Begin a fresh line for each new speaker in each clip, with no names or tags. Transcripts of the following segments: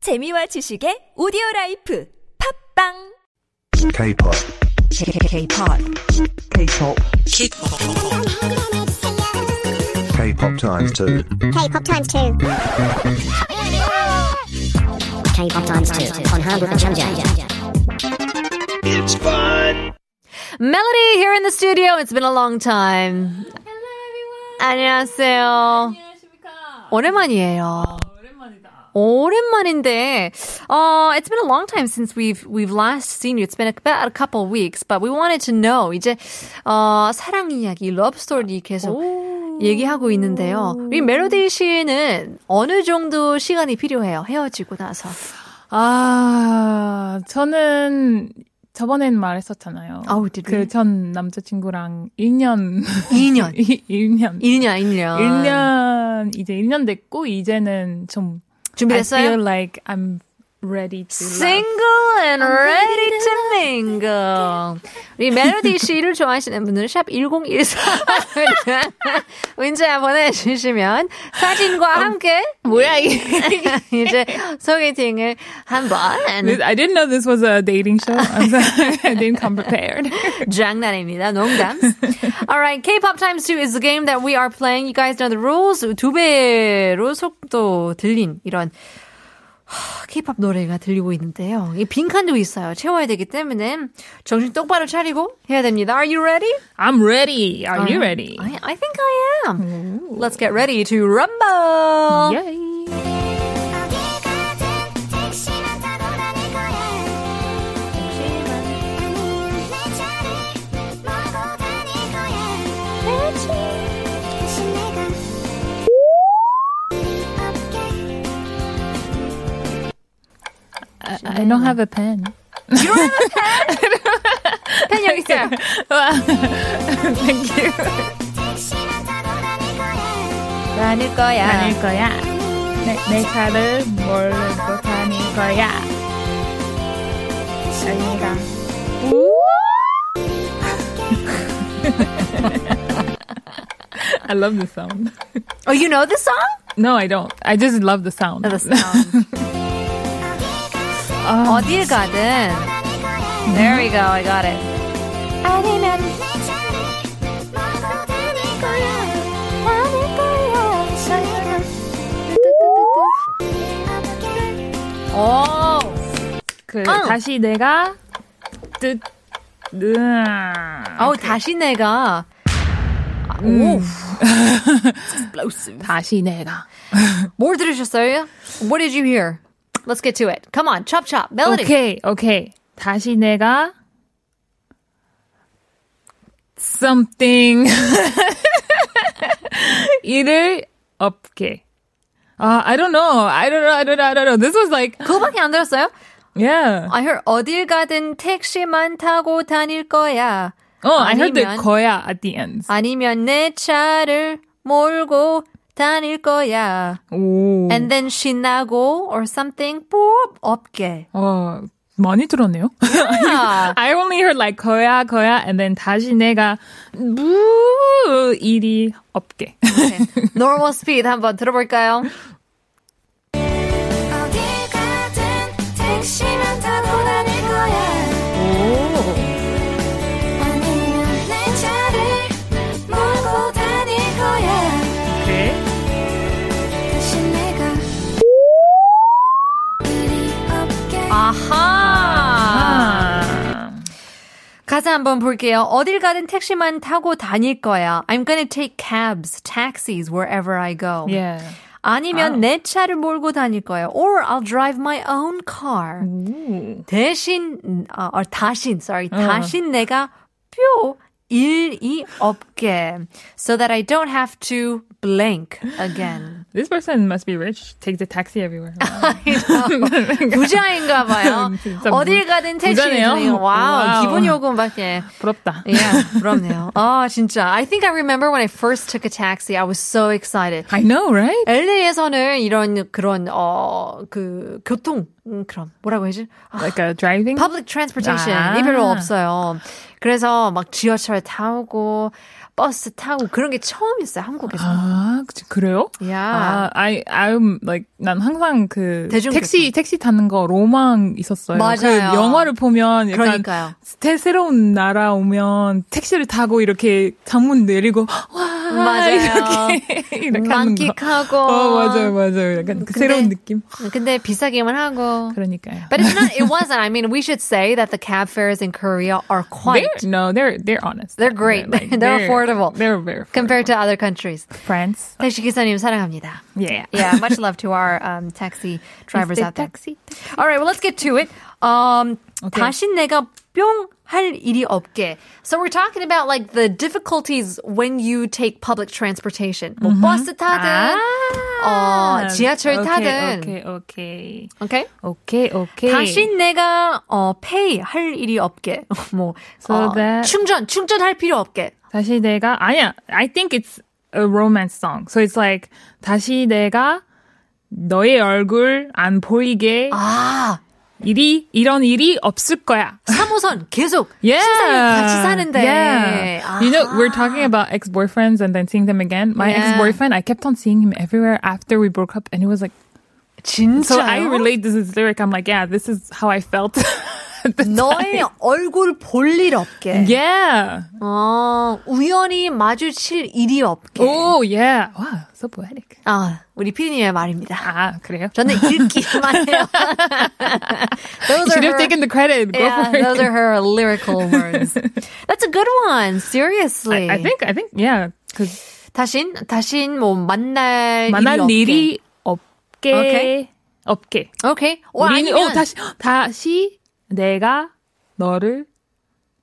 재미와 지식의 오디오 라이프 팝빵
K-pop.
K-pop. K-pop.
K-pop times two.
K-pop times two. K-pop times two on Hamburg and Chanja.
Melody here in the studio. It's been a long time. 안녕하세요. 아, 오랜만이에요. 오랜만인데, uh, it's been a long time since we've we've last seen you. It's been about a couple of weeks, but we wanted to know 이제 어, 사랑 이야기, love story 계속 얘기하고 있는데요. 우리 멜로디 씨는 어느 정도 시간이 필요해요? 헤어지고 나서.
아, 저는 저번엔 말했었잖아요.
Oh, did we?
그 전 남자친구랑 1년,
2년.
1년,
1년, 1년.
1년, 이제 1년 됐고, 이제는 좀.
준비됐어요?
I feel like I'm ready to. love.
Single and ready to mingle. 우리 멜로디 씨를 좋아하시는 분들은 샵 1014. 문자 보내주시면 사진과 함께 뭐야 이게 이제 소개팅을 한번
I didn't know this was a dating show. I'm sorry. I didn't come prepared.
장난입니다. 농담. Alright, K-pop Times 2 is the game that we are playing. You guys know the rules. 두 배로 속도 들린 이런 하, K-pop 노래가 들리고 있는데요. 이 빈칸도 있어요. 채워야 되기 때문에 정신 똑바로 차리고 해야 됩니다. Are you ready?
I'm ready. Are you ready?
Um, I, I think I am. Let's get ready to rumble.
Yay. I don't have a pen.
팬 여기 있어요.
Thank you.
나눌 거야.
다닐 거야. 내, 내 차를 몰고 다닐 거야. 아니다. I love the sound.
Oh, you know the song?
No, I don't. I just love the sound.
The sound. 어딜 가든. There we go. I got it. 오.
그
응.
다시 내가 뜻.
어우 다시 내가 오. Explosive.
다시 내가.
뭘 들으셨어요? What did you hear? Let's get to it. Come on, chop chop, melody.
오케이, 오케이. 다시 내가 something 일을 업게. 아, I don't know. I don't know. I don't know. I don't know. This was like,
그거밖에 안 들었어요?
yeah.
I heard 어딜 가든 택시만 타고 다닐 거야.
Oh, I heard the
아니면-
거야 at the end.
아니면 내 차를 몰고 다닐 거야.
오.
And then 신나고 or something 뽀 업게.
어, 많이 들었네요.
아,
I only heard like 거야, 거야, and then 다시 내가 무 일이 업게.
normal speed 한번 들어볼까요?
그래?
아하.
아.
가사 한번 볼게요. 어딜 가든 택시만 타고 다닐 거야. I'm gonna take cabs, taxis wherever I go.
Yeah.
아니면
아.
내 차를 몰고 다닐 거예요. Or I'll drive my own car. 대신 음, 아, or 다신 sorry 다신 내가 뾰 일이 없게 so that I don't have to blank again.
This person must be rich. Take the taxi everywhere.
부자인가 봐요.
진짜 부-
어딜 가든 택시
부자네요.
와우,
와우.
기본 요금밖에
부럽다.
예, yeah, 부럽네요. 아, 진짜. I think I remember when I first took a taxi. I was so excited.
I know, right?
LA에서는 이런 그런 어 그 교통 음, 그럼 뭐라고 해야지? 아,
Like a driving.
public transportation
아.
이 별로 없어요. 그래서 막 지하철 타고 버스 타고 그런 게 처음이었어요 한국에서.
아, 그- 그래요? 아,
야,
I, I'm like 난 항상 그
대중교통.
택시 택시 타는 거 로망 있었어요.
맞아요.
그 영화를 보면 약간
그러니까요.
새- 새로운 나라 오면 택시를 타고 이렇게 창문 내리고 와
맞아요.
이렇게 이렇게 하는 거.
만끽하고.
어 맞아요 맞아요. 약간 그
근데-
새로운 느낌.
근데 비싸기만 하고.
그러니까요.
But it's not. It wasn't. I mean, we should say that the cab fares in Korea are quite
They're, no, they're they're honest.
They're great. They're affordable.
They're very
compared to other countries.
affordable. France.
택시 기사님 사랑합니다.
Yeah.
Yeah, much love to our um, taxi drivers out there. All right, well, let's get to it. Um,
Okay.
다시 내가 뿅할 일이 없게. So we're talking about like the difficulties when you take public transportation.
Mm-hmm.
뭐 버스 타든, 어, 지하철 타든.
오케이 오케이
Okay?
오케이 오케이.
다시 내가 어 pay 할 일이 없게 뭐
So
어,
that-
충전 충전할 필요 없게
다시 내가 아니야. I think it's a romance song. So it's like 다시 내가 너의 얼굴 안 보이게
아
일이 이런 일이 없을 거야.
3호선 계속
Yeah.
신사를 같이 사는데
Yeah. You know, we're talking about ex-boyfriends and then seeing them again. My
Yeah.
ex-boyfriend, I kept on seeing him everywhere after we broke up and he was like,
진짜
so I relate this is lyric. I'm like, yeah, this is how I felt. at the
너의
time.
얼굴 볼 일 없게
예. Yeah.
어, 우연히 마주칠 일이 없게
Oh, yeah. Wow, so poetic.
아 우리 피디님의 말입니다
아, 그래요?
저는 읽기만 해요
You
those
should have
are her,
taken the credit. Go
yeah,
for it.
those are her lyrical words that's a good one seriously
I think I think yeah because
다신 다신 뭐 만날
만난
일이
일이 없게
Okay.
없게
없게 오케이 와
우리는
아니면
어 다시 다시 내가 너를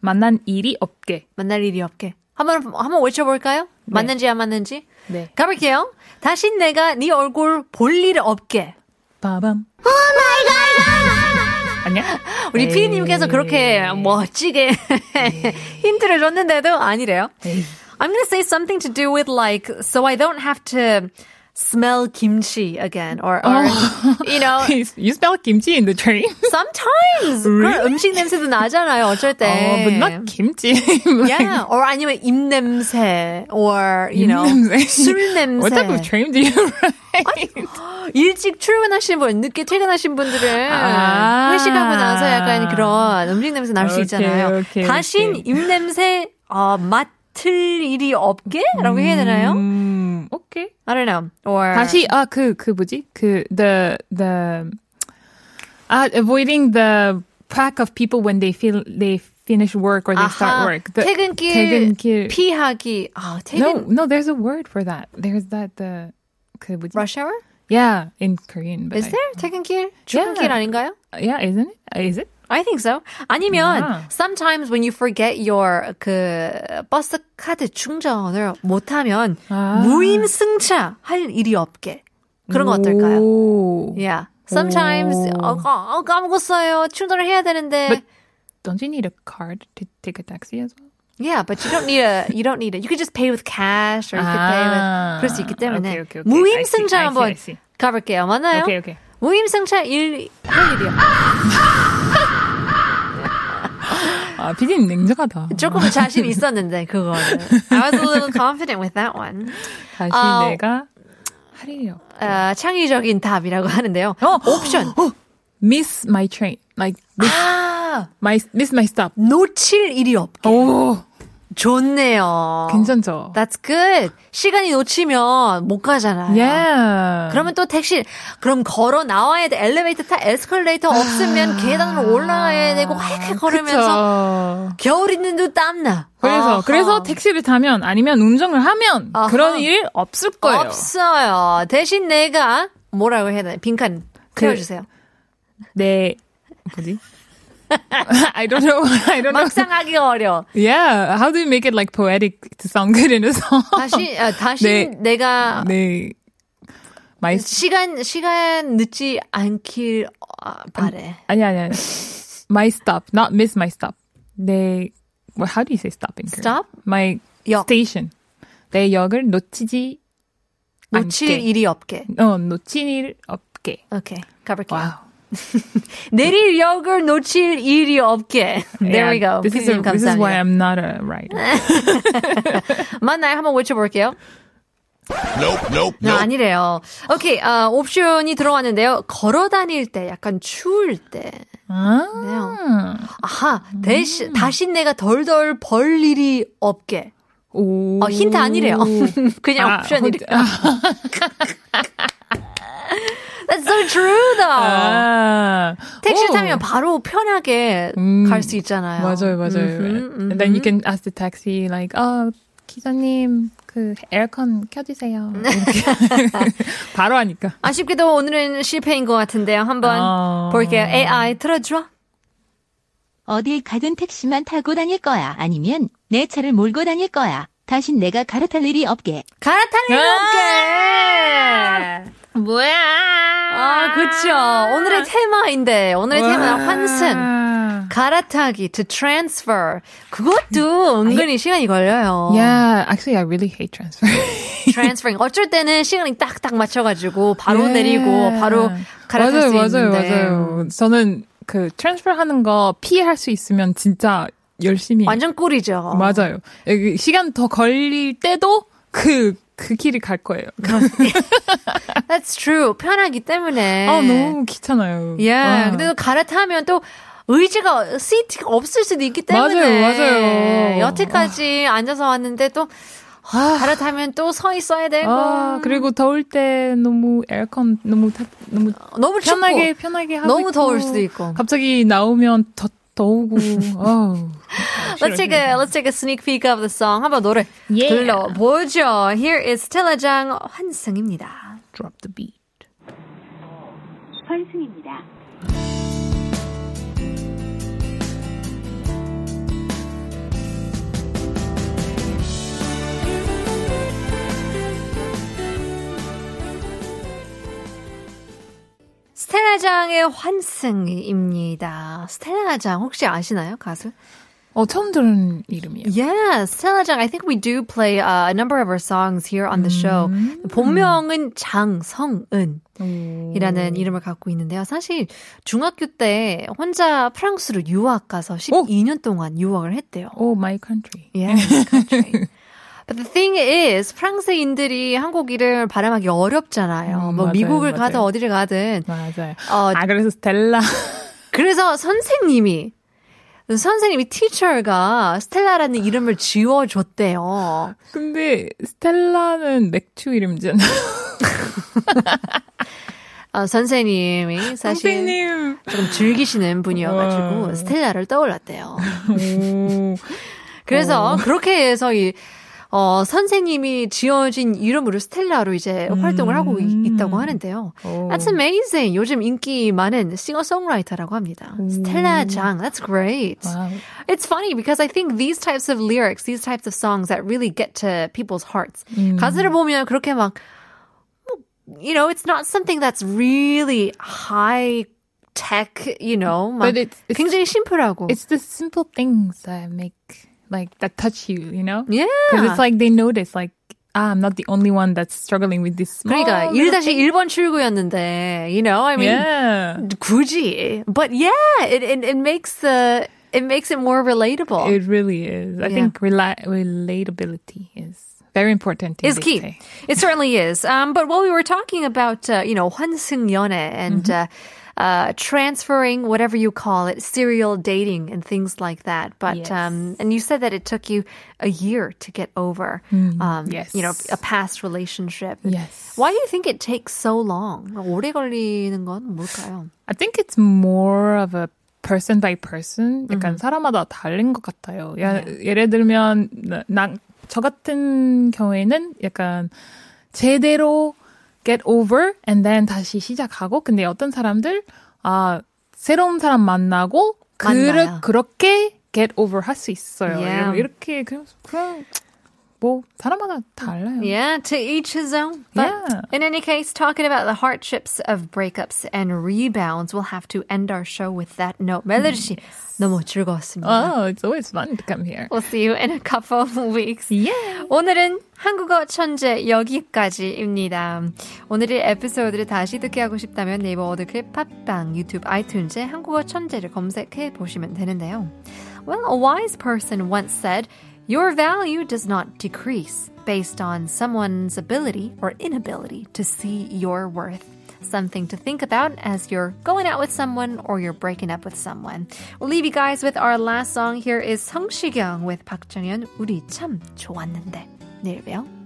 만난 일이 없게
만날 일이 없게 한번 한번 외쳐볼까요 맞는지 안 맞는지
네
가볼게요. 다신 내가 네 얼굴 볼 일 없게.
빠밤
Oh
아니야
우리 피디님께서 그렇게 멋지게 힌트를 줬는데도 아니래요. I'm gonna say something to do with like, so I don't have to smell kimchi again, or, or
Oh.
you know,
you spell kimchi in the train
sometimes 그런 음식 냄새도 나잖아요. 어쩔 때.
oh but not kimchi
네. Yeah, or 아니면 입냄새, or you know,
입냄새.
술 냄새.
what type of train do you ride
일찍 출근하신 분, 늦게 퇴근하신 분들은
아.
회식하고 나서 약간 그런 음식 냄새 날 수
오케이,
있잖아요.
오케이,
다신
오케이.
입 냄새 어, 맡을 일이 없게라고 해야 되나요?
음 오케이
I don't know. Or
다시 아 그 그 뭐지 그 the the 아 avoiding the pack of people when they feel they finish work or they start
아하,
work. The,
퇴근길,
퇴근길.
피하기.
no,
아 퇴근
no, there's a word for that. There's that the 그 뭐지?
rush hour?
Yeah, in Korean. But I-
Is there 퇴근길? 출근길 아닌가요?
yeah, isn't it? Uh, Is it?
I think so. 아니면
아.
sometimes when you forget your 그 버스 카드 충전을 못하면
아.
무임승차 할 일이 없게 그런 거 어떨까요?
오.
Yeah. Sometimes
오.
어, 어, 어, 까먹었어요. 충전을 해야 되는데.
But- Don't you need a card to take a taxi as well?
yeah, but you don't need a you don't need it. You could just pay with cash or you could pay with
아.
그럴 수 있기 때문에
Okay, okay, okay. I see, I see,
무임승차 한번
I see.
가볼게요. 맞나요?
Okay, okay.
무임승차 일 할 일이요.
아, 피디님 냉정하다.
조금 자신 있었는데 그거는. I was a little confident with that one.
다시
아,
내가 할 일이 없.
아, 창의적인 답이라고 하는데요.
어?
옵션
Miss my train. Like miss
아,
my miss my stop. Oh.
놓칠 일이 없게.
오,
좋네요.
괜찮죠?
That's good. 시간이 놓치면 못 가잖아요.
예. yeah.
그러면 또 택시, 그럼 걸어 나와야 돼. 엘리베이터 타, 에스컬레이터
아.
없으면 계단으로 올라가야 되고, 하얗게 걸으면서
그쵸.
겨울 있는 듯 땀나.
그래서
아하.
그래서 택시를 타면 아니면 운전을 하면
아하.
그런 일 없을 거예요.
없어요. 대신 내가 뭐라고 해야 되나? 빈칸
그
채워주세요.
네. 뭐지? I don't know. I don't know.
막상 하기 어려.
Yeah. How do you make it like poetic to sound good in a song?
다시, 아, 다시
네.
내가
네. My
시간 시간 늦지 않길 어, 바래.
아니 아니 아니. My stop, not miss my stop. 내 well, how do you say stop in Korean?
Stop?
My
역.
station. 내 역을 놓치지
놓칠
않게.
일이 없게.
어 놓친 일 없게.
오케이 가볼게요.
와우.
내릴 역을 놓칠 일이 없게. There
Yeah,
we go.
This is, a,
피디님
this is why
감사합니다.
I'm not a writer.
맞나요? 한번 외쳐볼게요. 아, 아니래요. 오케이, 아, 옵션이 들어왔는데요. 걸어 다닐 때, 약간 추울 때.
아. 음.
네요. 아하, 대신, 다신 내가 덜덜 벌 일이 없게.
오.
어, 힌트 아니래요. 그냥
아,
옵션이래요. That's so true, though.
아.
택시
오.
타면 바로 편하게
음.
갈 수 있잖아요.
맞아요, 맞아요.
음흠,
And then you
음흠.
can ask the taxi like, 아 기사님 그 에어컨 켜주세요. 이렇게. 바로 하니까.
아쉽게도 오늘은 실패인 것 같은데요. 한번
아.
볼게요. AI 틀어줘.
어딜 가든 택시만 타고 다닐 거야. 아니면 내 차를 몰고 다닐 거야. 다신 내가 갈아탈 일이 없게.
갈아타는 없게.
뭐야?
아, 그쵸. 오늘의 테마인데, 오늘의 테마는 환승.
아.
갈아타기, to transfer. 그것도 은근히 시간이 걸려요.
Yeah, actually, I really hate transfer.
transferring. 어쩔 때는 시간이 딱딱 맞춰가지고, 바로
예.
내리고, 바로 갈아탈
맞아요,
수
맞아요,
있는데.
맞아요. 저는 그 transfer 하는 거 피할 수 있으면 진짜 열심히.
완전 꿀이죠.
맞아요. 여기 시간 더 걸릴 때도 그, 그 길을 갈 거예요.
네. That's true. 편하기 때문에.
아, 너무 귀찮아요.
예.
와.
근데 또 갈아타면 또 의지가 시트가 없을 수도 있기
맞아요,
때문에
맞아요.
여태까지 앉아서 왔는데 또 아, 갈아타면 또 서 있어야 되고
아, 그리고 더울 때 너무 에어컨 너무 타, 너무
너무 춥고
편하게 편하게 하고
너무
있고,
더울 수도 있고.
갑자기 나오면 더 더우고. 아우. 싫어,
Let's
싫어.
take a let's take a sneak peek of the song. 한번 노래 들러보죠. Here is Stella Jang 환승입니다.
drop the beat.
환승입니다.
스텔라 장의 환승입니다. 스텔라 장 혹시 아시나요 가수?
어, 처음 들은
예.
이름이에요.
Yes, Stella Jang. I think we do play uh, a number of her songs here on the show.
음.
본명은 장성은이라는 이름을 갖고 있는데요. 사실 중학교 때 혼자 프랑스로 유학 가서 12년 동안 유학을 했대요.
Oh, my country.
Yes, country. But the thing is, 프랑스인들이 한국이를 발음하기 어렵잖아요.
음,
뭐
맞아요,
미국을
맞아요.
가든 어디를 가든.
맞아요.
어,
아, 그래서 스텔라.
그래서 선생님이 선생님이 티처가 스텔라라는 이름을 지워줬대요.
근데 스텔라는 맥주 이름이잖아.
어, 선생님이 사실
선생님.
조금 즐기시는 분이어가지고
와.
스텔라를 떠올랐대요.
오.
그래서 그렇게 해서 이 어, 선생님이 지어진 이름으로 스텔라로 이제 활동을 하고 이- 있다고 하는데요.
음. 오.
That's amazing. 요즘 인기 많은 싱어송라이터라고 합니다. 스텔라 장. That's great.
와우.
It's funny because I think these types of lyrics, these types of songs that really get to people's hearts.
Mm.
가사를 보면 그렇게 막, 뭐, you know, it's not something that's really high tech, you know, 막
But it's- it's-
굉장히 심플하고.
It's the simple things that make like that touch you, you know?
yeah.
Because it's like they notice like ah, I'm not the only one that's struggling with this. Small
그러니까
little
1-1번 출구였는데, you know, I
thing.
mean,
yeah.
굳이. But yeah, it, it, it makes the, it makes it more relatable.
It really is. I
Yeah.
think rela- relatability is very important. in
is
this
key.
day.
It certainly is. Um, but while we were talking about, uh, you know, 환승연애 and
Mm-hmm.
uh, uh, transferring, whatever you call it, serial dating and things like that. But
Yes.
um, and you said that it took you a year to get over, um,
Mm, yes.
you know, a past relationship.
Yes.
Why do you think it takes so long? 오래 걸리는 건 뭘까요?
I think it's more of a person by person. 약간 사람마다 다른 것 같아요. 야,
네.
예를 들면 나저 같은 경우에는 약간 제대로 get over and then 다시 시작하고 근데 어떤 사람들 아 새로운 사람 만나고 그르,
만나요.
그렇게 get over 할 수 있어요.
Yeah.
이렇게 그냥, 그냥 뭐 사람마다 달라요.
Yeah, to each his own. But
Yeah.
in any case, talking about the hardships of breakups and rebounds, we'll have to end our show with that note. 멜로디 씨, 너무 즐거웠습니다.
Oh, it's always fun to come here.
We'll see you in a couple of weeks.
Yeah.
오늘은 한국어 천재 여기까지입니다. 오늘의 에피소드를 다시 듣게 하고 싶다면 네이버 어드클립 팟빵 유튜브 아이튠즈에 한국어 천재를 검색해 보시면 되는데요. Well, a wise person once said, Your value does not decrease, based on someone's ability or inability to see your worth. Something to think about as you're going out with someone or you're breaking up with someone. We'll leave you guys with our last song. Here is 성시경 with 박정현. 우리 참 좋았는데. 내일 봬요.